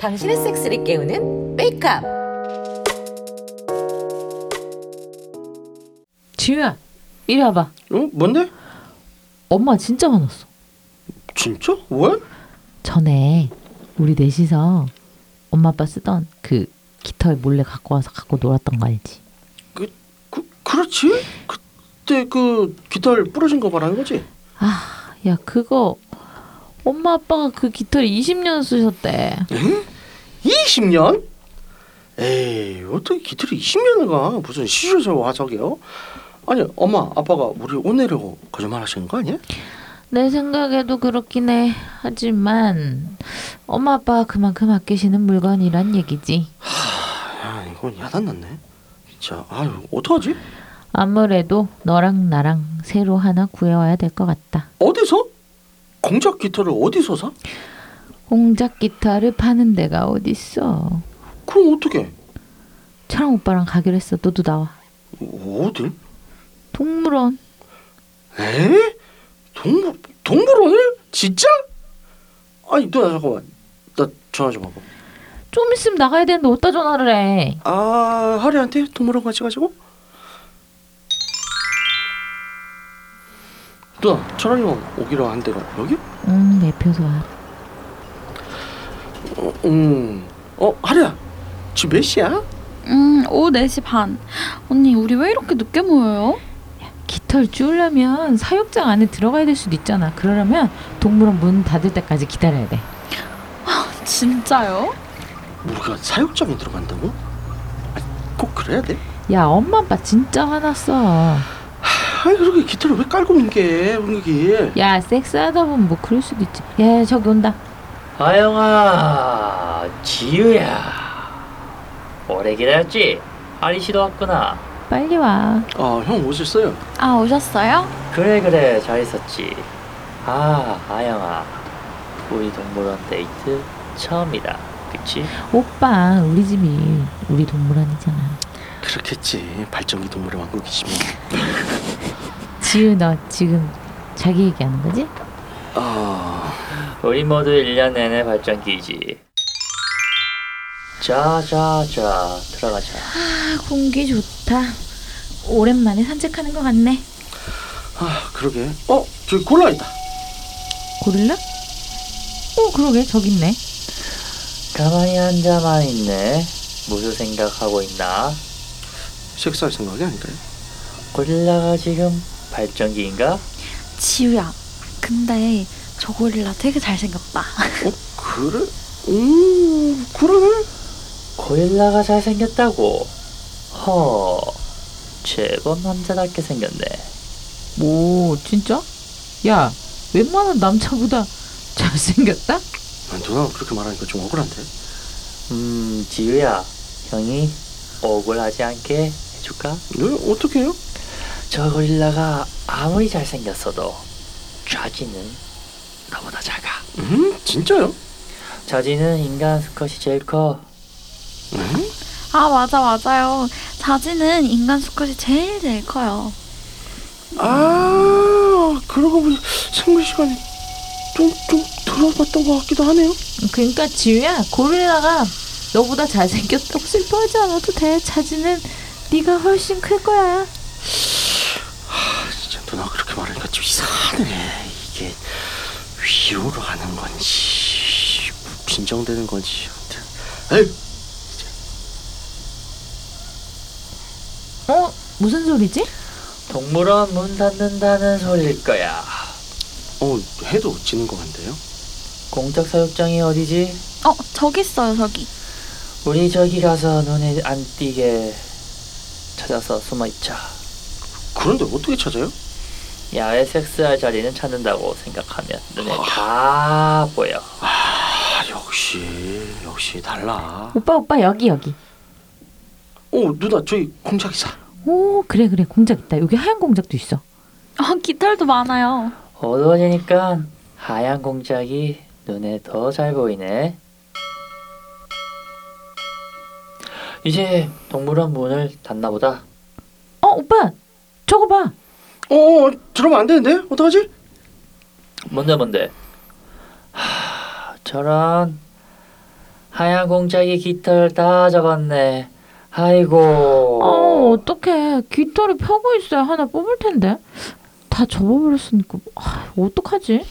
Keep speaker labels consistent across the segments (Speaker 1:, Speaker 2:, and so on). Speaker 1: 당신의 섹스를 깨우는 메이크업.
Speaker 2: 지우야 이리 와봐
Speaker 3: 어? 뭔데?
Speaker 2: 엄마 진짜 화났어
Speaker 3: 진짜? 왜?
Speaker 2: 전에 우리 넷이서 엄마 아빠 쓰던 그 깃털 몰래 갖고 와서 갖고 놀았던 거 알지
Speaker 3: 그, 그 그렇지? 그때 그 깃털 부러진 거 말하는 거지?
Speaker 2: 아 야 그거 엄마 아빠가 그 깃털 20년 쓰셨대
Speaker 3: 20년? 에이 어떻게 깃털이 20년을 가 무슨 시술서 와서게요? 아니 엄마 아빠가 우리 혼내려고 거짓말 하시는 거 아니야?
Speaker 2: 내 생각에도 그렇긴 해 하지만 엄마 아빠가 그만큼 아끼시는 물건이란 얘기지
Speaker 3: 아 이건 야단났네 진짜 아유 어떡하지?
Speaker 2: 아무래도 너랑 나랑 새로 하나 구해와야 될 것 같다
Speaker 3: 어디서? 공작 깃털을 어디서 사?
Speaker 2: 공작 깃털을 파는 데가 어딨어
Speaker 3: 그럼 어떻게?
Speaker 2: 철랑 오빠랑 가기로 했어 너도 나와
Speaker 3: 어딜?
Speaker 2: 동물원
Speaker 3: 에? 동물 동물원을? 진짜? 아니 누나 잠깐만 나 전화 좀 하고
Speaker 2: 좀 있으면 나가야 되는데 어디다 전화를 해?
Speaker 3: 아 하리한테 동물원 같이 가자고? 누나 철학이 형 오기로 한 데가 여기?
Speaker 2: 응, 매표소 알아.
Speaker 3: 어, 음. 어 하리야 지금 몇 시야?
Speaker 4: 음, 오후 4시 반. 언니, 우리 왜 이렇게 늦게 모여요?
Speaker 2: 깃털 찌우려면 사육장 안에 들어가야 될 수도 있잖아. 그러려면 동물원 문 닫을 때까지 기다려야 돼.
Speaker 4: 진짜요?
Speaker 3: 우리가 사육장에 들어간다고? 아니, 꼭 그래야 돼?
Speaker 2: 야, 엄마 아빠 진짜 화났어.
Speaker 3: 아니 그렇게 기타를 왜 깔고 민게 분위기
Speaker 2: 야, 섹스하다 보면 뭐 그럴 수도 있지. 야, 야, 저기 온다.
Speaker 5: 아영아, 지우야. 오래 기다렸지? 아니 시도 왔구나.
Speaker 2: 빨리 와.
Speaker 3: 아형 오셨어요
Speaker 4: 아, 오셨어요?
Speaker 5: 그래 그래 잘 있었지. 아 아영아, 우리 동물원 데이트 처음이다. 그치?
Speaker 2: 오빠, 우리 집이 우리 동물원이잖아.
Speaker 3: 그렇겠지 발전기 동물의 왕국이시면
Speaker 2: 지우, 너 지금 자기 얘기하는 거지?
Speaker 3: 아
Speaker 5: 우리 모두 1년 내내 발전기지. 자자자 들어가자.
Speaker 2: 아, 공기 좋다. 오랜만에 산책하는 것 같네.
Speaker 3: 아, 그러게 어 저기 골라 있다
Speaker 2: 고릴라? 어, 그러게. 저기 있네.
Speaker 5: 가만히 앉아만 있네. 무슨 생각하고 있나?
Speaker 3: 식사할 생각이 아닐까요?
Speaker 5: 고릴라가 지금 발전기인가?
Speaker 4: 지우야. 근데 저 고릴라 되게 잘생겼다.
Speaker 3: 어 그래? 음 그러네
Speaker 5: 고릴라가 잘생겼다고. 허, 제법 남자답게 생겼네.
Speaker 2: 오, 진짜? 야, 웬만한 남자보다 잘생겼다?
Speaker 3: 아, 누나가 그렇게 말하니까 좀 억울한데
Speaker 5: 음, 지우야, 형이 억울하지 않게 해줄까?
Speaker 3: 네 어떻게 해요?
Speaker 5: 저 고릴라가 아무리 잘생겼어도 자지는 나보다 작아.
Speaker 3: 음 진짜요?
Speaker 5: 자지는 인간 수컷이 제일 커.
Speaker 3: 음?
Speaker 4: 아, 맞아, 맞아요. 자지는 인간 수컷이 제일 제일 커요.
Speaker 3: 아 그러고 보니 생물 시간이 좀 좀 들어봤던 것 같기도 하네요
Speaker 2: 그러니까 지우야, 고릴라가 너보다 잘생겼다고 슬퍼하지 않아도 돼. 자지는 네가 훨씬 클 거야.
Speaker 3: 아, 진짜 누나 그렇게 말하니까 좀 이상하네. 이게 위로로 하는 건지 진정되는 건지. 에이,
Speaker 2: 어? 무슨 소리지?
Speaker 5: 동물원 문 닫는다는 소리일 거야.
Speaker 3: 어 해도 지는 것 같네요.
Speaker 5: 공적 사육장이 어디지?
Speaker 4: 어, 저기 있어요, 저기.
Speaker 5: 우리 저기 가서 눈에 안 띄게 찾아서 숨어 있자.
Speaker 3: 그런데 어떻게 찾아요?
Speaker 5: 야외 섹스할 자리는 찾는다고 생각하면 눈에 다 보여.
Speaker 3: 아 역시 역시 달라.
Speaker 2: 오빠, 오빠, 여기, 여기.
Speaker 3: 어 누나 저희 공작이사.
Speaker 2: 오, 그래, 그래. 공작 있다. 여기 하얀 공작도 있어.
Speaker 4: 어, 깃털도 많아요.
Speaker 5: 어두워지니까 하얀 공작이 눈에 더 잘 보이네. 이제 동물원 문을 닫나 보다.
Speaker 2: 어, 오빠! 저거 봐!
Speaker 3: 어 들어면 안 되는데 어떡하지?
Speaker 5: 뭔데 뭔데? 하, 저런 하얀 공작이 깃털 다 적었네. 아이고.
Speaker 2: 어, 어떡해. 깃털이 펴고 있어야 하나 뽑을 텐데. 다 접어버렸으니까. 아, 어떡하지?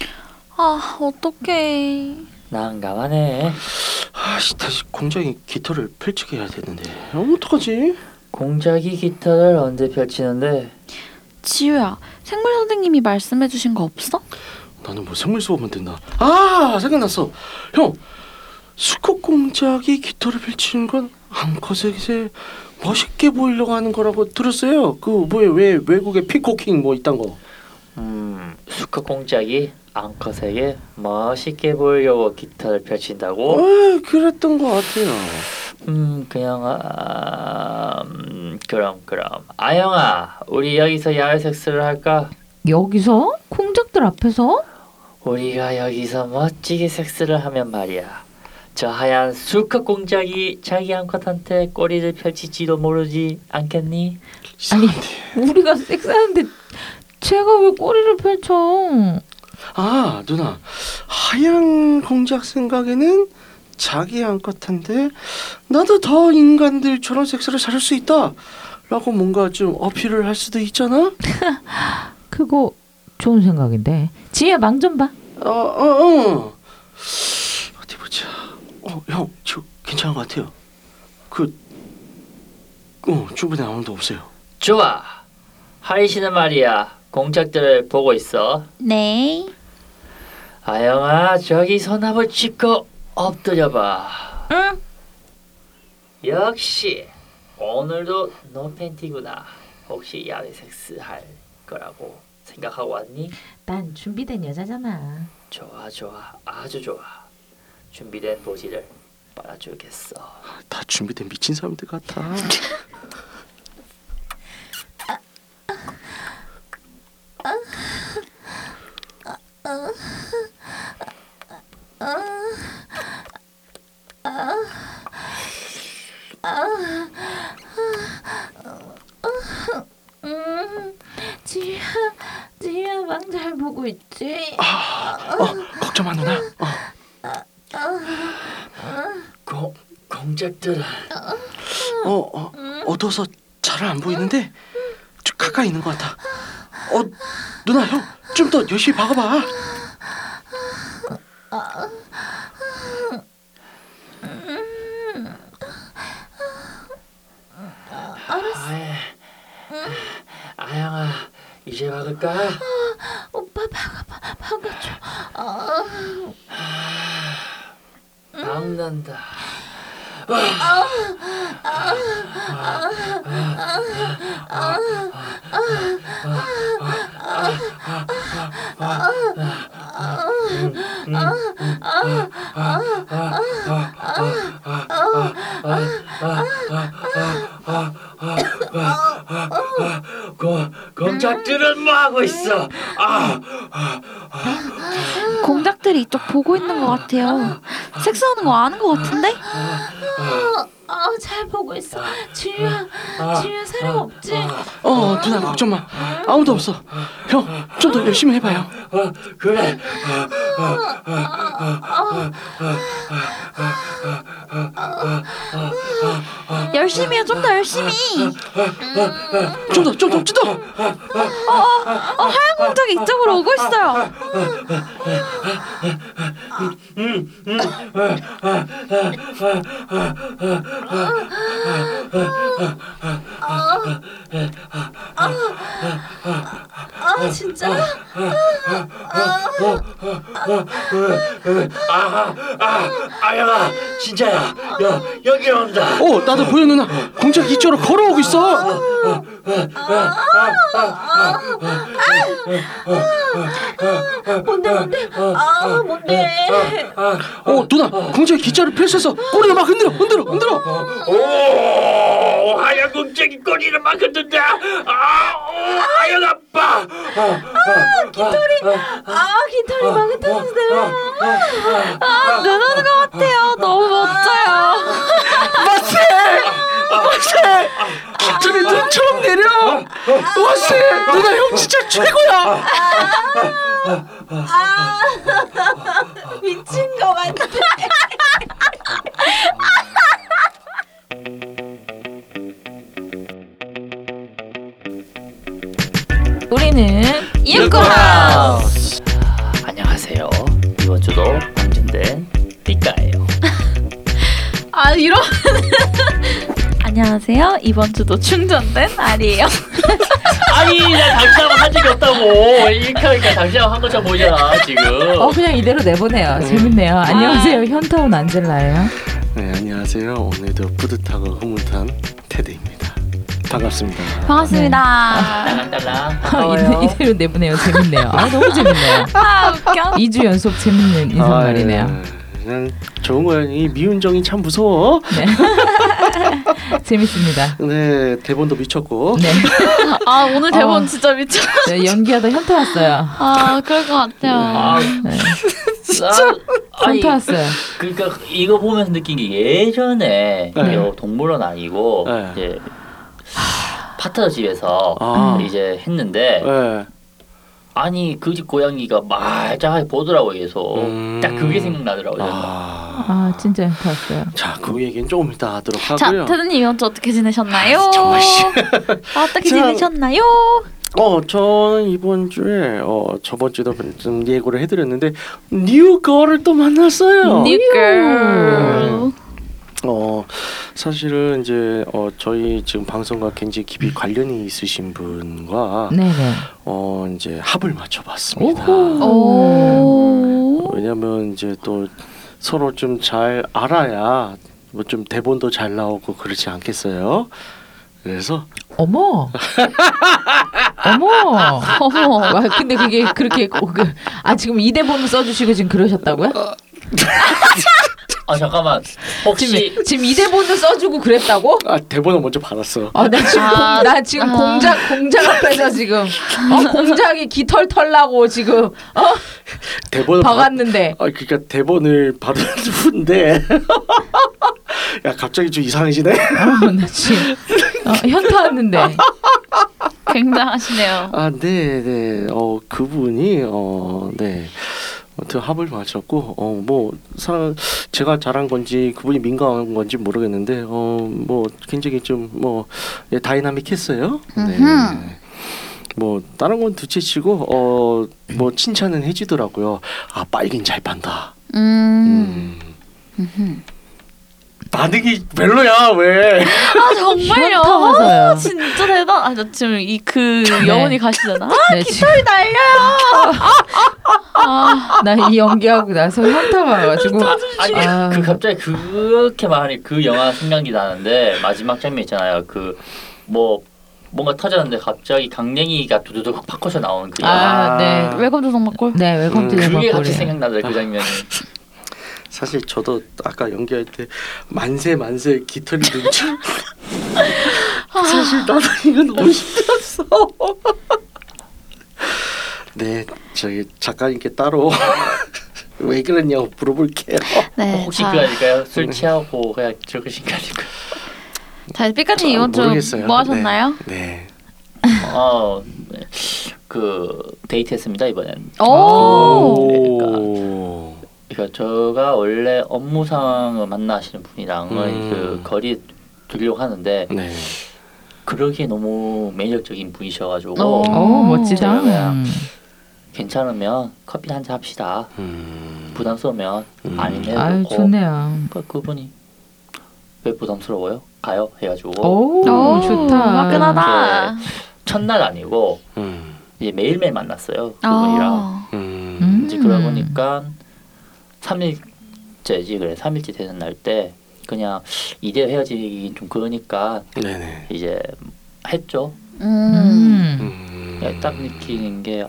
Speaker 4: 아, 어떡해.
Speaker 5: 난감하네.
Speaker 3: 아씨 다시 공장이 깃털을 펼치게 해야 되는데 어, 어떡하지?
Speaker 5: 공작이 깃털을 언제 펼치는데?
Speaker 4: 지효야, 생물 선생님이 말씀해 주신 거 없어?
Speaker 3: 나는 뭐 생물 수업만 된다. 아 생각났어. 형 수컷 공작이 깃털을 펼치는 건 암컷에게 멋있게 보이려고 하는 거라고 들었어요. 그 뭐야 왜 외국의 피코킹 뭐 이딴 거.
Speaker 5: 음, 수컷 공작이 암컷에게 멋있게 보이려고 깃털을 펼친다고?
Speaker 3: 어 그랬던 것 같아요.
Speaker 5: 음, 그냥 아, 음, 그럼 그럼. 아영아, 우리 여기서 야외 섹스를 할까?
Speaker 2: 여기서? 공작들 앞에서?
Speaker 5: 우리가 여기서 멋지게 섹스를 하면 말이야. 저 하얀 수컷 공작이 자기 암컷한테 꼬리를 펼칠지도 모르지 않겠니?
Speaker 2: 아니, 우리가 섹스하는데 제가 왜 꼬리를 펼쳐?
Speaker 3: 아 누나 하얀 공작 생각에는 자기 암컷한데 나도 더 인간들처럼 섹스를 잘할 수 있다. 라고 뭔가 좀 어필을 할 수도 있잖아.
Speaker 2: 그거 좋은 생각인데. 지혜야, 망 좀 봐.
Speaker 3: 어, 어, 어. 어디 보자. 어, 형, 저 괜찮은 것 같아요. 그, 어, 주변에 아무도 없어요.
Speaker 5: 좋아. 하리 씨는 말이야. 공작들을 보고 있어.
Speaker 4: 네.
Speaker 5: 아영아, 저기 서나무 찍고 엎드려봐.
Speaker 2: 응.
Speaker 5: 역시 오늘도 노 팬티구나. 혹시 야외 섹스 할 거라고 생각하고 왔니?
Speaker 2: 난 준비된 여자잖아.
Speaker 5: 좋아, 좋아, 아주 좋아. 준비된 보지를 빨아주겠어.
Speaker 3: 다 준비된 미친 사람들 같아.
Speaker 2: 지혜야, 지혜야, 망 잘 보고 있지?
Speaker 3: 어, 걱정 마 누나. 어,
Speaker 5: 공 공작들은
Speaker 3: 어, 어 어두워서 잘 안 보이는데 좀 가까이 있는 것 같아. 어, 누나 형, 좀 더 열심히 박아봐.
Speaker 5: 아예 아영아 이제 막을까?
Speaker 2: 어, 오빠 박아봐, 박아줘. 어.
Speaker 5: 아, 막는다. 공 공작들은 뭐 하고 있어? 아
Speaker 4: 공작들이 이쪽 보고 있는 것 같아요. 섹스하는 거 아는 것 같은데?
Speaker 2: 어, 잘 보고 있어. 지혜야, 지혜야, 사람 없지?
Speaker 3: 어, 누나 걱정 마. 아무도 없어. 형, 좀 더 열심히 해봐요.
Speaker 5: 어, 그래.
Speaker 4: 열심히 해, 좀 더 열심히.
Speaker 3: 좀 더, 좀 더, 좀 더.
Speaker 4: 어, 하얀 공작이 이쪽으로 오고 있어요.
Speaker 2: 아, 진짜?
Speaker 5: 아, 아, 아영아, 진짜야. 야, 여기 온다.
Speaker 3: 어, 나도 보여 누나. 공작 이쪽으로 걸어오고 있어.
Speaker 2: 뭔데, 뭔데? 아, 뭔데?
Speaker 3: 어 누나 공주의 기자를 펼쳐서 꼬리를 막 흔들어 흔들어 흔들어
Speaker 5: 오, 하얀 공작이 꼬리를 막 흔든다. 아, 오, 하얀 아빠.
Speaker 2: 아, 깃털이 막 흩어지네.
Speaker 4: 아, 눈 오는 것 같아요. 너무 멋져요.
Speaker 3: 기자의 눈처럼 내려 어, 와씨 누나 형 진짜 최고야.
Speaker 1: 미친 거 같아.
Speaker 2: 우리는
Speaker 5: 유코라. 안녕하세요. 이번 주도 방진된 삐까예요.
Speaker 4: 아 이런 안녕하세요 이번 주도 충전된 알이에요
Speaker 5: 아니 나 당신하고 한 적이 없다고. 이렇게 당신하고 한 것처럼 보이잖아 지금.
Speaker 2: 어 그냥 이대로 내보내요. 재밌네요. 안녕하세요. 현타온 안젤라예요.
Speaker 3: 네 안녕하세요. 오늘도 뿌듯하고 흐뭇한 테드입니다. 반갑습니다.
Speaker 4: 반갑습니다
Speaker 5: 딸랑딸랑.
Speaker 2: 아,
Speaker 5: 반가워요.
Speaker 2: 이- 이대로 내보내요. 재밌네요. 아 너무 재밌네요.
Speaker 4: 아 웃겨
Speaker 2: 2주 연속 재밌는 인사말이네요.
Speaker 3: 아, 예. 그냥 좋은 거야. 이 미운 정이 참 무서워.
Speaker 2: 재밌습니다.
Speaker 3: 네 대본도 미쳤고.
Speaker 2: 네.
Speaker 4: 아 오늘 대본
Speaker 2: 어.
Speaker 4: 진짜 미쳐
Speaker 2: 네, 연기하다 현타 왔어요. 네,
Speaker 4: 아 그럴 것 같아요
Speaker 5: 아, 진짜.
Speaker 2: 현타 왔어요.
Speaker 5: 그러니까 이거 보면서 느낀 게 예전에
Speaker 3: 네.
Speaker 5: 이거 동물원 아니고
Speaker 3: 네.
Speaker 5: 이제 파트너 집에서
Speaker 3: 아.
Speaker 5: 이제 했는데
Speaker 3: 네.
Speaker 5: 아니 그 집 고양이가 말짱하게 보더라고 계속
Speaker 3: 음.
Speaker 5: 딱 그게 생각나더라고요.
Speaker 3: 아,
Speaker 2: 아 진짜 현타 왔어요.
Speaker 3: 자, 그 얘기는 조금 이따 하도록
Speaker 4: 자
Speaker 3: 하고요.
Speaker 4: 테드님 이번 주 어떻게 지내셨나요
Speaker 3: 아, 정말 씨.
Speaker 4: 아, 어떻게
Speaker 3: 자.
Speaker 4: 지내셨나요
Speaker 3: 어, 저는 이번 주에 어, 저번 주도 좀 예고를 해드렸는데 뉴 거를 또 만났어요.
Speaker 4: 뉴걸
Speaker 3: 어, 사실은 이제 어, 저희 지금 방송과 굉장히 깊이 관련이 있으신 분과
Speaker 2: 네네.
Speaker 3: 어, 이제 합을 맞춰봤습니다.
Speaker 2: 오호.
Speaker 4: 오
Speaker 3: 왜냐면 이제 또 서로 좀 잘 알아야 뭐 좀 대본도 잘 나오고 그렇지 않겠어요. 그래서
Speaker 2: 어머. 어머.
Speaker 4: 어머
Speaker 2: 와 근데 그게 그렇게 고- 그- 아 지금 이 대본을 써주시고 지금 그러셨다고요?
Speaker 4: 어,
Speaker 5: 아 잠깐만 혹시
Speaker 2: 지금 지금 이 대본을 써주고 그랬다고?
Speaker 3: 아 대본을 먼저 받았어.
Speaker 2: 아, 나 지금
Speaker 4: 아,
Speaker 2: 공, 나 지금
Speaker 4: 아.
Speaker 2: 공작 공작 앞에서 지금 어, 공작이 깃털 털라고 지금 어
Speaker 3: 대본을 받-
Speaker 2: 박았는데
Speaker 3: 아 그러니까 대본을 받은 후인데 야 갑자기 좀 이상해지네.
Speaker 2: 어, 나 지금 어, 현타
Speaker 4: 아,
Speaker 2: 왔는데
Speaker 4: 굉장하시네요
Speaker 3: 아 네네 어 그분이 어네 어떻게 합을 맞췄고 어뭐 사랑 제가 잘한 건지 그분이 민감한 건지 모르겠는데 어 뭐 굉장히 좀뭐 예, 다이나믹했어요. 네.
Speaker 4: 음흠.
Speaker 3: 뭐 다른 건 두째치고 어 뭐 칭찬은 해주더라고요. 아 빨긴 잘 판다.
Speaker 4: 음
Speaker 3: 음. 반응이 별로야 왜?
Speaker 4: 아 정말요?
Speaker 2: 현타 와서요.
Speaker 4: 아, 진짜 대단. 아나 지금 이 그 영혼이 가시잖아. 아,
Speaker 2: 네, 지금
Speaker 4: 날려요. 아,
Speaker 2: 나 이 연기하고 나서 현타 와가지고
Speaker 5: 아니
Speaker 2: 아.
Speaker 5: 그 갑자기 그렇게 말하니 그 영화 생각이 나는데 마지막 장면 있잖아요. 그 뭐 뭔가 터졌는데 갑자기 강냉이가 두두둑 팍커서 나오는 그 영화.
Speaker 2: 아네
Speaker 4: 외관도 정말 꼴.
Speaker 2: 네 외국
Speaker 3: 음,
Speaker 5: 그게
Speaker 2: 드라마
Speaker 5: 갑자기
Speaker 2: 리
Speaker 5: 생각나더라 그 장면이.
Speaker 3: 사실 저도 아까 연기할 때 만세 만세 깃털이 눈치
Speaker 4: 아.
Speaker 3: 사실 나도 이거
Speaker 4: 음.
Speaker 3: 너무 힘들었어 네 저희 작가님께 따로 왜 그랬냐고 물어볼게요
Speaker 4: 네.
Speaker 5: 혹시
Speaker 4: 자,
Speaker 5: 그거 아닐까요? 술 취하고 그냥 적으신 거 아닐까요?
Speaker 4: 자 삐까님 이번 주
Speaker 3: 모르겠어요.
Speaker 4: 뭐 하셨나요?
Speaker 3: 네,
Speaker 5: 어, 네. 그 데이트했습니다 이번엔.
Speaker 3: 네.
Speaker 4: 오.
Speaker 3: 오.
Speaker 5: 그러니까 제가 원래 업무상 만나시는 분이랑은
Speaker 3: 음.
Speaker 5: 그 거리 두려고 하는데
Speaker 3: 네
Speaker 5: 그러기에 너무 매력적인 분이셔가지고
Speaker 4: 어.
Speaker 2: 오 멋지다.
Speaker 5: 제가요.
Speaker 2: 음.
Speaker 5: 괜찮으면 커피 한 잔 합시다.
Speaker 3: 음.
Speaker 5: 부담스러우면
Speaker 3: 음.
Speaker 5: 아니면
Speaker 2: 아유
Speaker 5: 어,
Speaker 2: 좋네요.
Speaker 5: 그 그분이 왜 부담스러워요? 가요 해가지고
Speaker 2: 오,
Speaker 4: 오,
Speaker 2: 좋다.
Speaker 4: 화끈하다.
Speaker 5: 첫날 아니고
Speaker 3: 음.
Speaker 5: 이제 매일매일 만났어요 그분이랑.
Speaker 4: 아,
Speaker 3: 음.
Speaker 2: 음.
Speaker 5: 이제 그러다 보니까 3일째지 그래 3일째 되는 날 때 그냥 이대로 헤어지긴 좀 그러니까
Speaker 3: 네네
Speaker 5: 이제 했죠
Speaker 4: 음.
Speaker 2: 음.
Speaker 3: 음.
Speaker 5: 그냥 딱 느끼는 게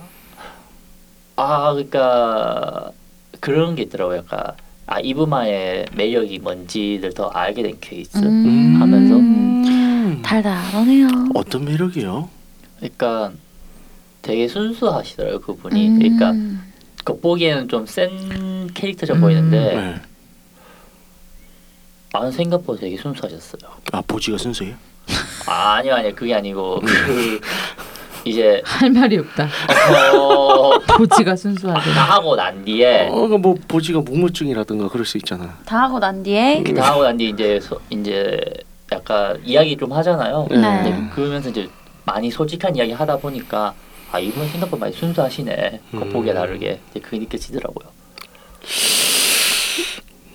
Speaker 5: 아 그러니까 그런 게 있더라고요 약간 아 이분만의 매력이 뭔지를 더 알게 된 케이스
Speaker 4: 음.
Speaker 5: 하면서
Speaker 3: 음.
Speaker 4: 달달하네요.
Speaker 3: 어떤 매력이요?
Speaker 5: 그러니까 되게 순수하시더라고요 그분이 그러니까
Speaker 4: 음.
Speaker 5: 겉보기에는 좀 센
Speaker 2: 음.
Speaker 5: 캐릭터처럼 보이는데
Speaker 3: 네.
Speaker 5: 아 생각보다 되게 순수하셨어요
Speaker 3: 아 보지가 순수해요? 네.
Speaker 5: 아니요 아니요 그게 아니고 그 이제
Speaker 2: 할 말이 없다.
Speaker 5: 어,
Speaker 2: 도치가 순수하게.
Speaker 5: 다 하고 난 뒤에
Speaker 3: 어, 뭐 보지가 묵무증이라든가 그럴 수 있잖아.
Speaker 4: 다 하고 난 뒤에
Speaker 5: 그 다 하고 난 뒤에 이제 소, 이제 약간 이야기 좀 하잖아요.
Speaker 3: 네.
Speaker 5: 근데 그러면서 이제 많이 솔직한 이야기 하다 보니까 아 이분 생각보다 많이 순수하시네 겉보기에
Speaker 3: 음.
Speaker 5: 다르게 이제 그게 느껴지더라고요.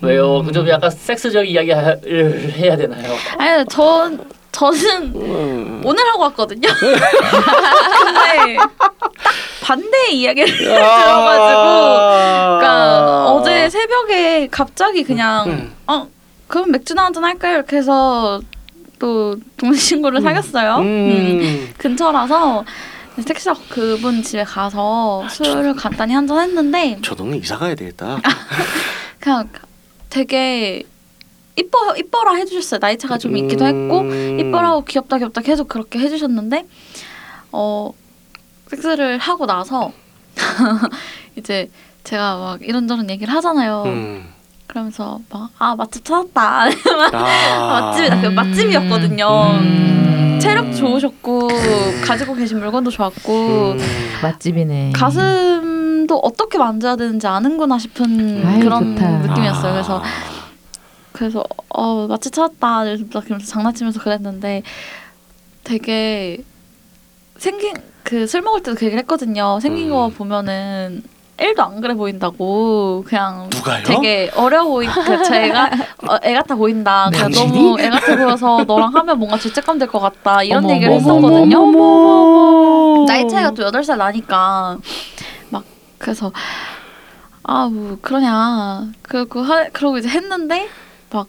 Speaker 5: 왜요? 그좀 약간 섹스적 이야기를 해야 되나요?
Speaker 4: 아니 전 저는
Speaker 3: 음.
Speaker 4: 오늘 하고 왔거든요. 근데 딱 반대의 이야기를
Speaker 3: 아.
Speaker 5: 아.
Speaker 4: 들어가지고 그러니까 어제 새벽에 갑자기 그냥
Speaker 3: 음.
Speaker 4: 어 그럼 맥주나 한잔 할까요? 이렇게 해서 또 동생친구를 사귀었어요. 음.
Speaker 3: 음.
Speaker 4: 근처라서 택시 타고 그분 집에 가서 술을 간단히 한잔 했는데
Speaker 3: 저 동네 이사 가야 되겠다.
Speaker 4: 아, 그냥 되게 이뻐 이뻐라 해주셨어요. 나이 차가 좀 있기도 했고
Speaker 3: 음.
Speaker 4: 이뻐라고 귀엽다 귀엽다 계속 그렇게 해주셨는데 어 섹스를 하고 나서 이제 제가 막 이런저런 얘기를 하잖아요.
Speaker 3: 음.
Speaker 4: 그러면서 막 아 맛집 찾았다
Speaker 3: 아.
Speaker 4: 맛집이 그
Speaker 2: 음.
Speaker 4: 맛집이었거든요.
Speaker 2: 음.
Speaker 4: 체력 좋으셨고 가지고 계신 물건도 좋았고
Speaker 3: 음.
Speaker 2: 맛집이네.
Speaker 4: 가슴도 어떻게 만져야 되는지 아는구나 싶은
Speaker 2: 아유,
Speaker 4: 그런
Speaker 2: 좋다.
Speaker 4: 느낌이었어요. 그래서
Speaker 3: 아.
Speaker 4: 그래서 어 마치 찾았다 이래서 막 그러면서 장난치면서 그랬는데 되게 생긴 그 술 먹을 때도 그 얘기를 했거든요. 생긴
Speaker 3: 음.
Speaker 4: 거 보면은 1도 안 그래 보인다고 그냥
Speaker 3: 누가요?
Speaker 4: 되게 어려 보이 그 제가 어, 애 같아 보인다. 그냥
Speaker 3: 당신이?
Speaker 4: 너무 애 같아 보여서 너랑 하면 뭔가 죄책감 될 것 같다 이런
Speaker 2: 어머,
Speaker 4: 얘기를
Speaker 2: 어머,
Speaker 4: 했었거든요.
Speaker 3: 어머.
Speaker 4: 나이 차이가 또 8살 나니까 막 그래서 아 뭐 그러냐 그러고 하, 그러고 이제 했는데 막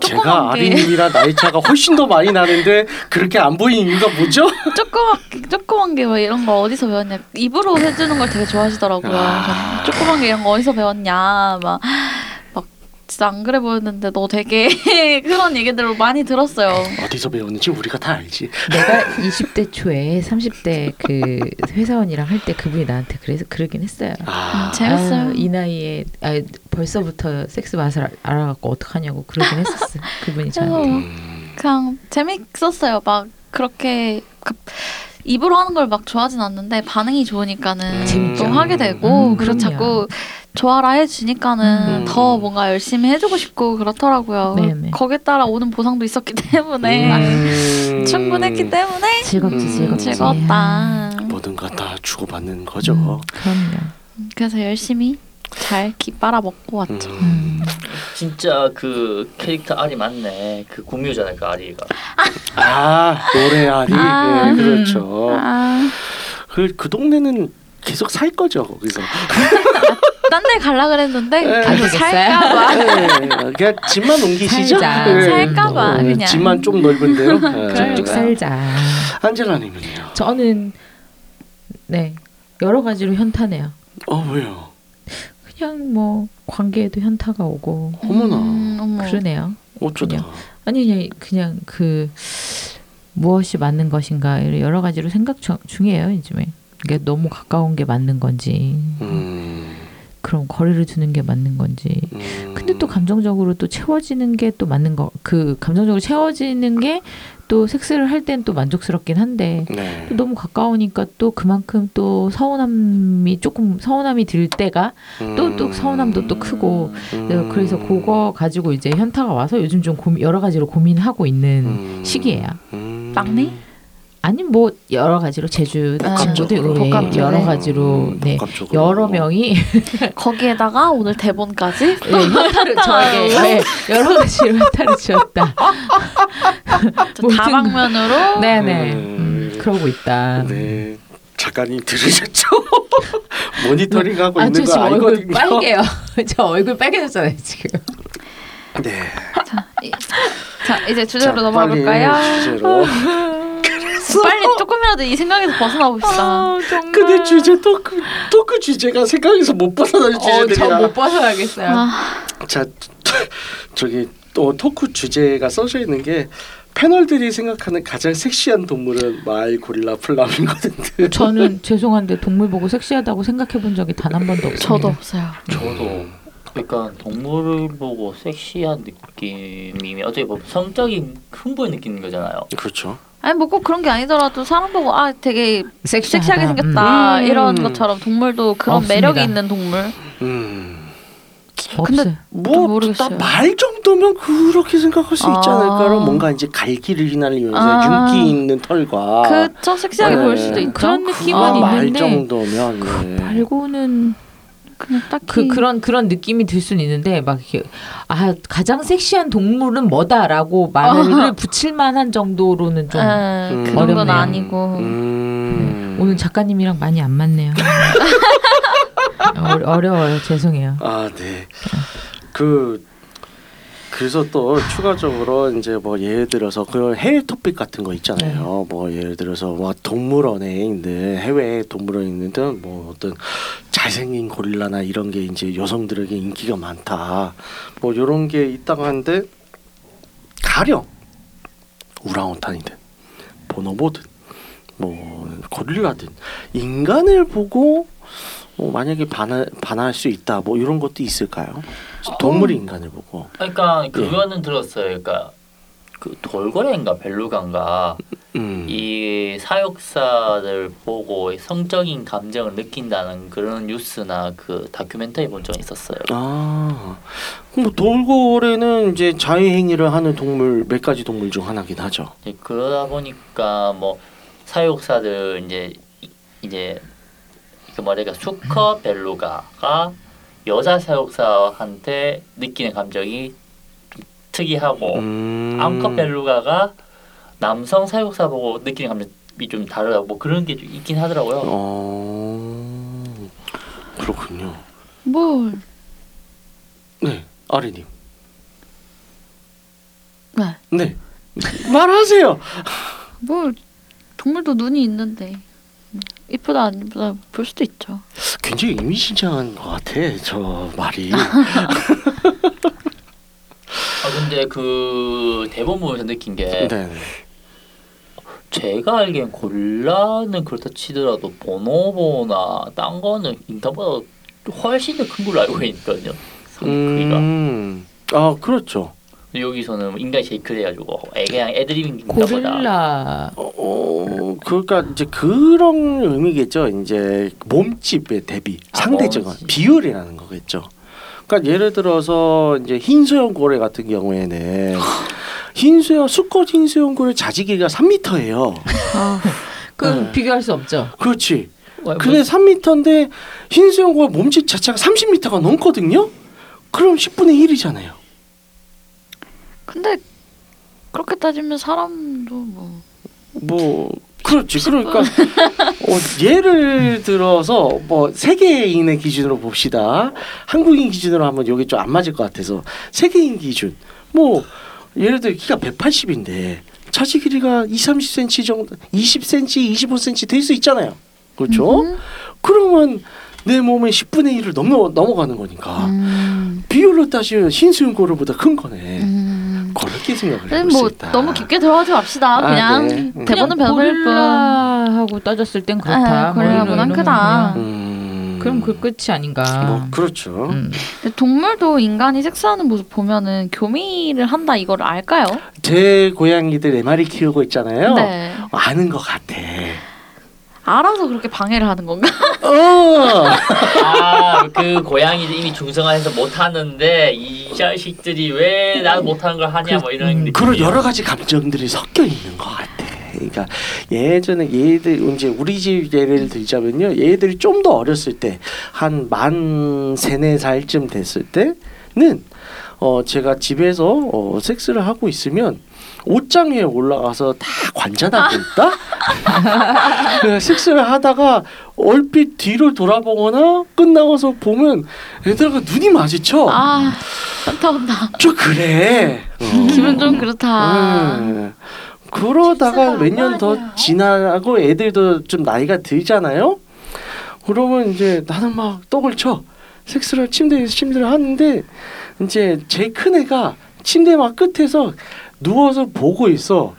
Speaker 3: 제가
Speaker 4: 조그만 게
Speaker 3: 아린님이라 나이 차가 훨씬 더 많이 나는데 그렇게 안 보이는 이유가 뭐죠?
Speaker 4: 조그만 게- 조그만 게 뭐 이런 거 어디서 배웠냐 입으로 해주는 걸 되게 좋아하시더라고요
Speaker 3: 아.
Speaker 4: 그래서 뭐 조그만 게 이런 거 어디서 배웠냐 막 막 진짜 안 그래 보였는데 너 되게 그런 얘기들을 많이 들었어요.
Speaker 3: 어디서 배웠는지 우리가 다 알지.
Speaker 2: 내가 20대 초에 30대 그 회사원이랑 할 때 그분이 나한테 그래서 그러긴 했어요.
Speaker 3: 아,
Speaker 4: 음, 재밌어요.
Speaker 2: 아유, 이 나이에 아, 벌써부터 섹스 맛을 알- 알아갖고 어떡하냐고 그러긴 했었어. 그분이
Speaker 4: 그래서
Speaker 2: 저한테.
Speaker 3: 음.
Speaker 4: 그냥 재밌었어요. 막 그렇게 그- 입으로 하는 걸 막 좋아하진 않는데 반응이 좋으니까는
Speaker 3: 재밌죠.
Speaker 4: 또 하게 되고
Speaker 2: 음, 그럼요.
Speaker 4: 그리고 자꾸 좋아라 해주니까는
Speaker 3: 음.
Speaker 4: 더 뭔가 열심히 해주고 싶고 그렇더라고요.
Speaker 2: 네네.
Speaker 4: 거기에 따라 오는 보상도 있었기 때문에
Speaker 3: 음.
Speaker 4: 네. 충분했기 때문에
Speaker 2: 즐겁지
Speaker 3: 음,
Speaker 2: 즐겁지.
Speaker 4: 즐거웠다.
Speaker 3: 모든 거 다 주고받는 거죠.
Speaker 2: 음, 그럼요.
Speaker 4: 그래서 열심히 잘 기 빨아 먹고 왔죠.
Speaker 3: 음.
Speaker 2: 음.
Speaker 5: 진짜 그 캐릭터 알이 맞네. 그 공유잖아요, 그 아리가.
Speaker 3: 아 노래 아리
Speaker 4: 아,
Speaker 3: 예,
Speaker 4: 음.
Speaker 3: 그렇죠.
Speaker 4: 아,
Speaker 3: 그 그 동네는 계속 살 거죠 거기서.
Speaker 4: 딴 데 갈라 그랬는데
Speaker 3: 네.
Speaker 4: 아, 살까봐.
Speaker 3: 예, 그냥 집만 옮기시죠.
Speaker 2: 살자.
Speaker 3: 예.
Speaker 4: 살까 봐,
Speaker 3: 어,
Speaker 4: 그냥.
Speaker 3: 집만 좀 넓은데요. 예.
Speaker 4: 그래요.
Speaker 2: 쭉쭉 살자.
Speaker 3: 안젤라님은요.
Speaker 2: 저는 네 여러 가지로 현타네요.
Speaker 3: 어 왜요?
Speaker 2: 그냥 뭐 관계에도 현타가 오고
Speaker 3: 어머나
Speaker 4: 음, 어머.
Speaker 2: 그러네요.
Speaker 3: 어쩌다.
Speaker 2: 아니 그냥 그냥 그 무엇이 맞는 것인가 이런 여러 가지로 생각 중- 중이에요 요즘에 이게 너무 가까운 게 맞는 건지
Speaker 3: 음,
Speaker 2: 그럼 거리를 두는 게 맞는 건지
Speaker 3: 음.
Speaker 2: 근데 또 감정적으로 또 채워지는 게 또 맞는 거 그 감정적으로 채워지는 게 또 섹스를 할 땐 또 만족스럽긴 한데
Speaker 3: 네.
Speaker 2: 또 너무 가까우니까 또 그만큼 또 서운함이 조금 서운함이 들 때가 또
Speaker 3: 음.
Speaker 2: 또 서운함도
Speaker 5: 음.
Speaker 2: 또 크고 네, 그래서 그거 가지고 이제 현타가 와서 요즘 좀 고민- 여러 가지로 고민하고 있는
Speaker 3: 음.
Speaker 2: 시기예요.
Speaker 3: 음.
Speaker 4: 막내?
Speaker 2: 아니 뭐 여러 가지로 제주
Speaker 4: 아,
Speaker 2: 친구들 우리
Speaker 4: 복합적으로.
Speaker 2: 네, 여러 가지로
Speaker 3: 음,
Speaker 2: 네
Speaker 3: 복합적으로.
Speaker 2: 여러 명이
Speaker 4: 거기에다가 오늘 대본까지
Speaker 2: 네, 현타를 저에게 네, 여러 가지로 현타를 주었다.
Speaker 4: 저
Speaker 2: 모든
Speaker 4: 다방면으로
Speaker 2: 네네
Speaker 3: 음.
Speaker 2: 음, 그러고 있다.
Speaker 3: 네 작가님 들으셨죠?
Speaker 4: 네.
Speaker 3: 모니터링하고
Speaker 2: 아저
Speaker 3: 있는 거
Speaker 2: 지금 얼굴
Speaker 3: 알거든요.
Speaker 2: 빨개요. 저 얼굴 빨개졌잖아요 지금.
Speaker 3: 네.
Speaker 4: 자 이제 주제로
Speaker 3: 자,
Speaker 4: 넘어가
Speaker 3: 빨리
Speaker 4: 볼까요?
Speaker 3: 주제로.
Speaker 4: 빨리 조금이라도 이 생각에서 벗어나 봅시다.
Speaker 2: 아, 정말.
Speaker 4: 아.
Speaker 3: 근데 주제 토크 토크 주제가 생각에서 못 벗어나는 주제들이라.
Speaker 2: 어저못 벗어나겠어요.
Speaker 4: 아,
Speaker 3: 자 저기 또 토크 주제가 써져 있는 게 패널들이 생각하는 가장 섹시한 동물은 말, 고릴라, 플라밍고인데.
Speaker 2: 저는 죄송한데 동물 보고 섹시하다고 생각해 본 적이 단 한 번도 없어요.
Speaker 4: 저도 없어요.
Speaker 5: 저도 그러니까 동물을 보고 섹시한 느낌이 어떻게 보면 성적인 흥분을 느끼는 거잖아요.
Speaker 3: 그렇죠.
Speaker 4: 아니 뭐 꼭 그런 게 아니더라도 사람 보고 아 되게
Speaker 2: 섹시하다.
Speaker 4: 섹시하게 생겼다
Speaker 3: 음.
Speaker 4: 이런 것처럼 동물도 그런
Speaker 2: 없습니다.
Speaker 4: 매력이 있는 동물
Speaker 3: 음.
Speaker 2: 음,
Speaker 4: 근데
Speaker 2: 없어요.
Speaker 4: 모르겠어요.
Speaker 3: 뭐 뭐나말 정도면 그렇게 생각할 수 있지
Speaker 4: 아.
Speaker 3: 않을까라고 뭔가 이제 갈기를 휘날리면서
Speaker 4: 아.
Speaker 3: 윤기 있는 털과
Speaker 4: 그저 섹시하게
Speaker 3: 네.
Speaker 4: 보일 수도 있죠
Speaker 2: 아, 그런
Speaker 4: 아,
Speaker 2: 느낌은
Speaker 3: 말
Speaker 2: 있는데
Speaker 3: 정도면
Speaker 2: 그
Speaker 3: 네.
Speaker 2: 말고는
Speaker 4: 그냥 딱히
Speaker 2: 그 그런 그런 느낌이 들 수는 있는데 막 이렇게 아 가장 섹시한 동물은 뭐다라고 말을 붙일 만한 정도로는 좀
Speaker 4: 에,
Speaker 3: 음.
Speaker 4: 그 정도는
Speaker 2: 어렵네요.
Speaker 4: 아니고 네.
Speaker 3: 음.
Speaker 2: 오늘 작가님이랑 많이 안 맞네요. 어, 어려워요. 죄송해요.
Speaker 3: 아, 네. 그 그래서 또 추가적으로 이제 뭐 예를 들어서 그런 해외 토픽 같은 거 있잖아요. 뭐 예를 들어서 뭐 동물원에 있는 해외 동물원에 있는 듯뭐 어떤 잘생긴 고릴라나 이런 게 이제 여성들에게 인기가 많다. 뭐 이런 게 있다고 하는데 가령 우랑우탄이든 보노보든 뭐 고릴라든 인간을 보고 뭐 만약에 반하, 반할 수 있다 뭐 이런 것도 있을까요? 동물이 인간을 보고
Speaker 5: 그러니까
Speaker 3: 예.
Speaker 5: 그거는 들었어요. 그러니까 그 돌고래인가 벨루간가
Speaker 3: 음.
Speaker 5: 이 사육사를 보고 성적인 감정을 느낀다는 그런 뉴스나 그 다큐멘터리 본 적 있었어요.
Speaker 3: 아, 그럼 뭐 돌고래는 이제 자유행위를 하는 동물 몇 가지 동물 중 하나긴 하죠.
Speaker 5: 이제 그러다 보니까 뭐 사육사들 이제 이제 그 말이가
Speaker 3: 음.
Speaker 5: 수컷 벨루가가 여자 사육사한테 느끼는 감정이 좀 특이하고
Speaker 3: 음.
Speaker 5: 어. 암컷 벨루가가 남성 사육사 보고 느끼는 감정이 좀 다르다고 뭐 그런 게 좀 있긴 하더라고요.
Speaker 3: 어, 그렇군요.
Speaker 4: 뭘
Speaker 3: 네, 아리님.
Speaker 4: 네.
Speaker 3: 네, 말하세요.
Speaker 4: 뭘 뭐, 동물도 눈이 있는데 음, 이쁘다 안 이쁘다 볼 수도 있죠.
Speaker 3: 굉장히 의미심장한 것 같아 저 말이.
Speaker 5: 아 근데 그 대본 보면서 느낀 게
Speaker 3: 네. 네.
Speaker 5: 제가 알기엔 골라는 그렇다 치더라도 보노보나 딴 거는 인터보다 훨씬 더 큰 걸로 알고 있거든요. 크기가.
Speaker 3: 음. 아 그렇죠.
Speaker 5: 근데 여기서는 뭐 인간이 제일 크대가지고 애- 그냥 애드립인 인간보다
Speaker 2: 고릴라
Speaker 3: 어, 어, 그러니까 이제 그런 의미겠죠. 이제 몸집의 대비
Speaker 5: 아,
Speaker 3: 상대적인
Speaker 5: 몸집.
Speaker 3: 비율이라는 거겠죠. 그러니까 예를 들어서 이제 흰수염 고래 같은 경우에는 흰수염 수컷 흰수염 고래 자지기가 3m예요.
Speaker 2: 그
Speaker 3: 네.
Speaker 2: 비교할 수 없죠.
Speaker 3: 그렇지.
Speaker 5: 아,
Speaker 2: 뭐,
Speaker 3: 근데 3m인데 흰수염 고래 몸집 자체가 30m가 넘거든요. 그럼 10분의 1이잖아요.
Speaker 4: 근데 그렇게 따지면 사람도 뭐
Speaker 3: 뭐 그렇지
Speaker 4: 그렇죠.
Speaker 3: 그러니까 어, 예를 들어서 뭐 세계인의 기준으로 봅시다 한국인 기준으로 하면 여기 좀 안 맞을 것 같아서 세계인 기준 뭐 예를 들어 키가 180인데 차지 길이가 2, 30cm 정도 20cm, 25cm 될 수 있잖아요 그렇죠?
Speaker 4: 음.
Speaker 3: 그러면 내 몸의 10분의 1을 넘어 넘어가는 거니까
Speaker 4: 음.
Speaker 3: 비율로 따지면 신수용 고르보다 큰 거네
Speaker 4: 음.
Speaker 3: 그렇게 생각을
Speaker 4: 근데
Speaker 3: 해볼
Speaker 4: 뭐
Speaker 3: 수 있다.
Speaker 4: 너무 깊게 들어가지 맙시다.
Speaker 3: 아,
Speaker 4: 그냥
Speaker 3: 네. 음.
Speaker 4: 대본은
Speaker 2: 그냥
Speaker 4: 변할 뿐.
Speaker 2: 고릴라하고 따졌을 땐
Speaker 4: 아,
Speaker 2: 그렇다. 뭐
Speaker 4: 고릴라보단
Speaker 2: 이런- 이런
Speaker 4: 크다.
Speaker 2: 그냥.
Speaker 3: 음.
Speaker 2: 그럼 그 끝이 아닌가.
Speaker 3: 뭐 그렇죠.
Speaker 2: 음.
Speaker 4: 근데 동물도 인간이 섹스하는 모습 보면은 교미를 한다 이걸 알까요?
Speaker 3: 제 고양이들 네 마리 키우고 있잖아요.
Speaker 4: 네.
Speaker 3: 아는 것 같아.
Speaker 4: 알아서 그렇게 방해를 하는 건가?
Speaker 3: 어.
Speaker 5: 아그 고양이들 이미 중성화해서 못하는데 이 자식들이 왜 나 못하는 걸 하냐 뭐 이런 느낌
Speaker 3: 음, 그런 여러 가지 감정들이 섞여 있는 것 같아. 그러니까 예전에 얘들 이제 우리 집 예를 들자면요. 얘들이 좀 더 어렸을 때 한 만 세네 살쯤 됐을 때는 어 제가 집에서 어 섹스를 하고 있으면 옷장 위에 올라가서 다 관전하고 있다. 네, 섹스를 하다가 얼핏 뒤를 돌아보거나 끝나고서 보면 애들과 눈이 마주쳐.
Speaker 4: 아, 안타온다.
Speaker 3: 저 그래.
Speaker 4: 기분 좀
Speaker 2: 아.
Speaker 4: 그렇다.
Speaker 3: 어. 음. 그러다가 몇 년 더 지나고 애들도 좀 나이가 들잖아요. 그러면 이제 나는 막 떡을 쳐. 섹스를 침대에서 침대를 하는데 이제 제일 큰 애가 침대 막 끝에서 누워서 보고 있어.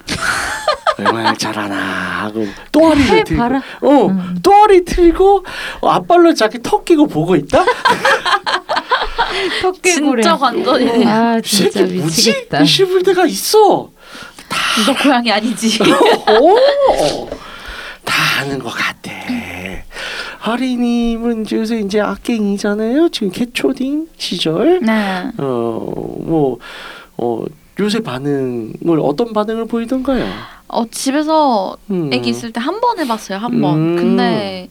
Speaker 3: 얼마나 잘하나 하고 또아리를 들고
Speaker 2: 해봐라.
Speaker 3: 어
Speaker 2: 음.
Speaker 3: 또아리 들고 앞발로 자기 턱 끼고 보고 있다.
Speaker 2: 턱깨구리.
Speaker 4: 진짜 관전이네.
Speaker 2: 아
Speaker 3: 이 새끼
Speaker 2: 진짜
Speaker 3: 뭐지?
Speaker 2: 미치겠다.
Speaker 3: 이 씹을 때가 있어.
Speaker 4: 너 고양이 아니지?
Speaker 3: 오, 다 아는 것 같아. 하리님은 요새 이제 악갱이잖아요. 지금 캐초딩 시절. 어,
Speaker 4: 네.
Speaker 3: 어뭐 어, 요새 반응을 어떤 반응을 보이던가요?
Speaker 4: 어 집에서
Speaker 3: 음.
Speaker 4: 애기 있을 때 한 번 해봤어요 한 번.
Speaker 3: 음.
Speaker 4: 근데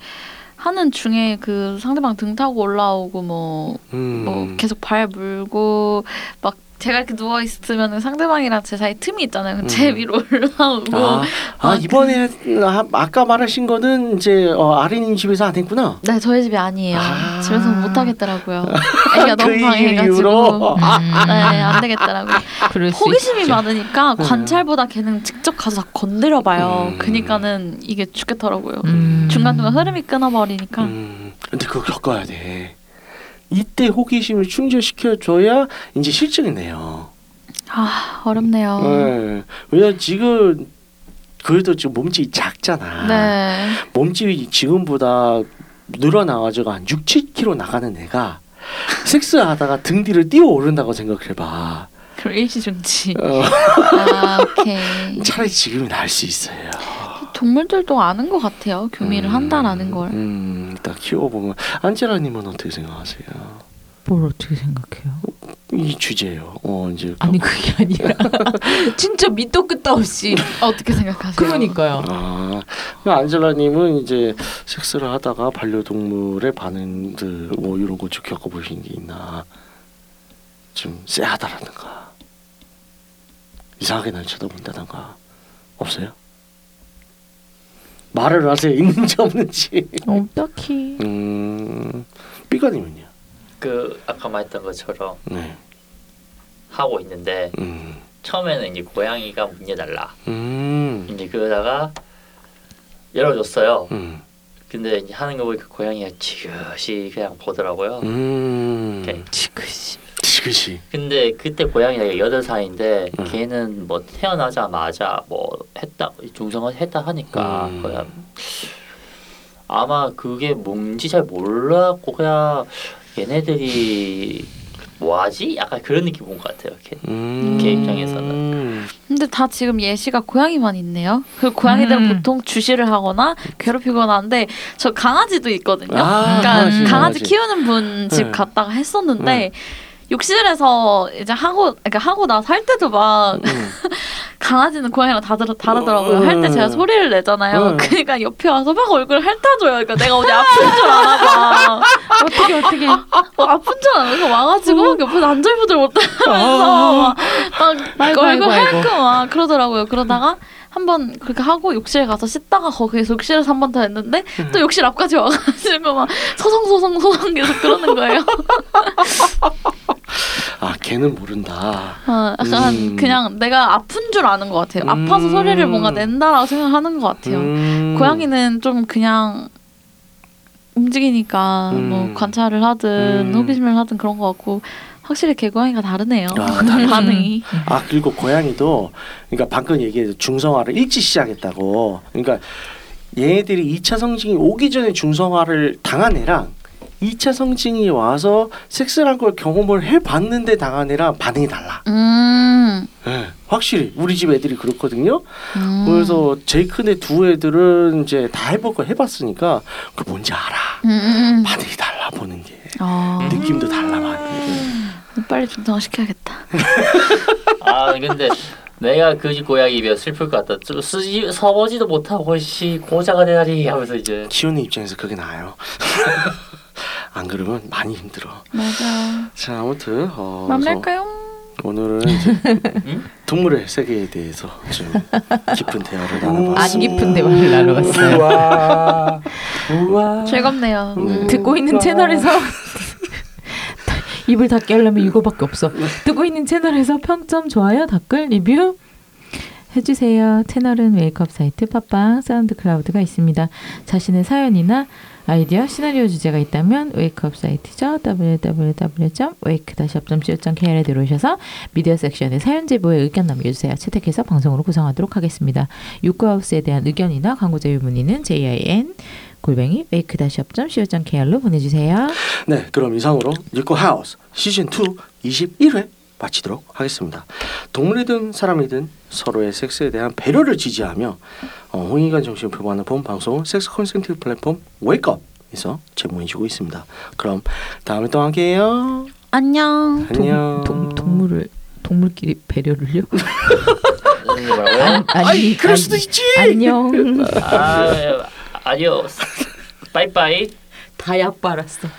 Speaker 4: 하는 중에 그 상대방 등 타고 올라오고 뭐
Speaker 3: 음.
Speaker 4: 뭐 계속 발 물고 막 제가 이렇게 누워 있으면 상대방이랑 제 사이 틈이 있잖아요. 그럼 제
Speaker 3: 음.
Speaker 4: 위로 올라오고
Speaker 3: 아, 아
Speaker 4: 아,
Speaker 3: 이번에 아, 아까 말하신 거는 이제 어, 아린님 집에서 안 했구나.
Speaker 4: 네 저희 집이 아니에요.
Speaker 3: 아.
Speaker 4: 집에서 못 하겠더라고요. 애기가
Speaker 3: 그
Speaker 4: 너무
Speaker 3: 이유로?
Speaker 4: 방해해가지고
Speaker 2: 음,
Speaker 4: 네안 되겠더라고요.
Speaker 2: 그럴 수
Speaker 4: 호기심이
Speaker 2: 있죠.
Speaker 4: 아, 많으니까
Speaker 3: 네.
Speaker 4: 관찰보다 걔는 직접 가서 다 건드려봐요.
Speaker 3: 음.
Speaker 4: 그니까는 이게 죽겠더라고요.
Speaker 2: 음.
Speaker 4: 중간중간 흐름이 끊어버리니까
Speaker 3: 음, 근데 그거 겪어야 돼. 이때 호기심을 충족시켜줘야 이제 실증이네요.
Speaker 4: 아 어렵네요. 네.
Speaker 3: 네. 왜냐 지금 그래도 지금 몸집이 작잖아.
Speaker 4: 네.
Speaker 3: 몸집이 지금보다 늘어나가지고 한 6, 7kg 나가는 애가 섹스하다가 등 뒤를 뛰어 오른다고 생각해봐.
Speaker 4: 그럼 일시중지.
Speaker 3: 어,
Speaker 4: 아 오케이.
Speaker 3: 차라리 지금이 나을 수 있어요.
Speaker 4: 동물들도 아는 것 같아요. 교미를
Speaker 3: 음,
Speaker 4: 한다라는 걸.
Speaker 3: 음, 딱 키워보면 안젤라님은 어떻게 생각하세요?
Speaker 2: 뭘 어떻게 생각해요?
Speaker 3: 이 주제요. 어 이제
Speaker 2: 아니 그게 아니라 진짜 밑도 끝도 없이
Speaker 4: 어떻게 생각하세요?
Speaker 2: 그러니까요.
Speaker 3: 아, 그러니까 안젤라님은 이제 섹스를 하다가 반려동물의 반응들 뭐 이런 거 좀 겪어보신 게 있나? 좀 쎄하다라든가 이상하게 날 쳐다본다든가 없어요? 말을 하세요 있는지 없는지.
Speaker 2: 어, 딱히
Speaker 3: 음, 삐가님은요?
Speaker 5: 그 아까 말했던 것처럼
Speaker 3: 네.
Speaker 5: 하고 있는데
Speaker 3: 음,
Speaker 5: 처음에는 이제 고양이가 문 열달라
Speaker 3: 음,
Speaker 5: 이제 그러다가 열어줬어요.
Speaker 3: 음,
Speaker 5: 근데 이제 하는 거 보니까 고양이가 지그시 그냥 보더라고요.
Speaker 3: 음.
Speaker 5: 오케이.
Speaker 2: 지그시.
Speaker 3: 지그시.
Speaker 5: 근데 그때 고양이가 여덟 살인데
Speaker 3: 음.
Speaker 5: 걔는 뭐 태어나자마자 뭐 했다 중성화 했다 하니까
Speaker 3: 음.
Speaker 5: 그냥 아마 그게 뭔지 잘 몰랐고 그냥 얘네들이 뭐하지? 약간 그런 느낌인 것 같아요. 걔.
Speaker 3: 음.
Speaker 5: 걔 입장에서는.
Speaker 4: 근데 다 지금 예시가 고양이만 있네요. 그 고양이들은
Speaker 2: 음.
Speaker 4: 보통 주시를 하거나 괴롭히거나 하는데 저 강아지도 있거든요.
Speaker 3: 아,
Speaker 4: 그러니까
Speaker 2: 강아지,
Speaker 4: 강아지,
Speaker 3: 강아지.
Speaker 4: 키우는 분 집
Speaker 3: 네.
Speaker 4: 갔다가 했었는데
Speaker 3: 네.
Speaker 4: 욕실에서 이제 하고 그러니까 하고 나서 할 때도 막
Speaker 3: 음.
Speaker 4: 강아지는 고양이랑 다 다르, 다르더라고요. 할 때 제가
Speaker 3: 네.
Speaker 4: 소리를 내잖아요.
Speaker 3: 네.
Speaker 4: 그러니까 옆에 와서 막 얼굴을 핥아줘요. 그러니까 내가 어디 아픈 줄 알아봐.
Speaker 2: 어떻게 어떻게 음.
Speaker 4: 어, 아픈 줄 알고 와가지고 막 옆에서 안절부절
Speaker 2: 아.
Speaker 4: 못하면서 막
Speaker 2: 아이고, 아이고,
Speaker 4: 얼굴
Speaker 2: 아이고.
Speaker 4: 핥고 막 그러더라고요. 그러다가 한 번 그렇게 하고 욕실에 가서 씻다가 거기에서 욕실에서 한 번 더 했는데
Speaker 3: 음.
Speaker 4: 또 욕실 앞까지 와가지고 막 서성서성 서성 계속 그러는 거예요.
Speaker 3: 아, 걔는 모른다.
Speaker 4: 어, 약간
Speaker 3: 음.
Speaker 4: 그냥 내가 아픈 줄 아는 것 같아요. 아파서
Speaker 3: 음.
Speaker 4: 소리를 뭔가 낸다라고 생각하는 것 같아요.
Speaker 3: 음.
Speaker 4: 고양이는 좀 그냥 움직이니까
Speaker 3: 음.
Speaker 4: 뭐 관찰을 하든
Speaker 3: 음.
Speaker 4: 호기심을 하든 그런 것 같고 확실히 개고양이가 다르네요.
Speaker 3: 아, 다르지.
Speaker 4: 반응이.
Speaker 3: 아 그리고 고양이도 그러니까 방금 얘기해서 중성화를 일찍 시작했다고 그러니까 얘네들이 2차 성징이 오기 전에 중성화를 당한 애랑 2차 성징이 와서 섹스란 걸 경험을 해봤는데 당한 애랑 반응이 달라
Speaker 4: 음.
Speaker 3: 예, 확실히 우리 집 애들이 그렇거든요
Speaker 4: 음.
Speaker 3: 그래서 제일 큰 애 두 애들은 이제 다 해보고 해봤으니까 그 뭔지 알아
Speaker 4: 음, 음, 음.
Speaker 3: 반응이 달라 보는 게
Speaker 4: 어,
Speaker 3: 느낌도 달라 반응이
Speaker 4: 빨리 중성화 시켜야겠다.
Speaker 5: 아 근데 내가 그 집 고양이 입에 슬플 것 같다. 좀 쓰지 서보지도 못하고 씨 고자가 되다니 하면서 이제
Speaker 3: 키우는 입장에서 그게 나아요 안 그러면 많이 힘들어
Speaker 4: 맞아.
Speaker 3: 자 아무튼 어,
Speaker 4: 만날까요?
Speaker 3: 그래서 오늘은 이제
Speaker 5: 음?
Speaker 3: 동물의 세계에 대해서 좀 깊은 대화를 나눠봤습니다.
Speaker 2: 안 깊은 대화를 나눠봤어요.
Speaker 5: 우와 우와
Speaker 4: 즐겁네요.
Speaker 3: 어, 네.
Speaker 2: 듣고 있는 채널에서 입을 닫게 하려면 이거밖에 없어. 듣고 있는 채널에서 평점, 좋아요, 댓글, 리뷰 해주세요. 채널은 웨이크업 사이트 팟빵 사운드 클라우드가 있습니다. 자신의 사연이나 아이디어, 시나리오 주제가 있다면 웨이크업 사이트죠. www.wake-up.co.kr에 들어오셔서 미디어 섹션의 사연 제보에 의견 남겨주세요. 채택해서 방송으로 구성하도록 하겠습니다. 유쿠하우스에 대한 의견이나 광고 제휴 문의는 JIN 골뱅이 wake-up.co.kr로 보내주세요.
Speaker 3: 네, 그럼 이상으로 니코 하우스 시즌 2 21회 마치도록 하겠습니다. 동물이든 사람이든 서로의 섹스에 대한 배려를 지지하며 어, 홍익관 정신을 표방하는 본 방송은 섹스 컨센트 플랫폼 웨이크업에서 제공해주고 있습니다. 그럼 다음에 또 함께해요.
Speaker 4: 안녕.
Speaker 3: 안녕.
Speaker 2: 동, 동, 동물을 동물끼리 배려를요?
Speaker 5: 선생님 뭐라고요?
Speaker 2: 아니,
Speaker 3: 아이 그럴
Speaker 2: 아니,
Speaker 3: 수도 있지.
Speaker 2: 안녕.
Speaker 5: 아, 아니요. 빠이빠이.
Speaker 2: 다약 빨았어.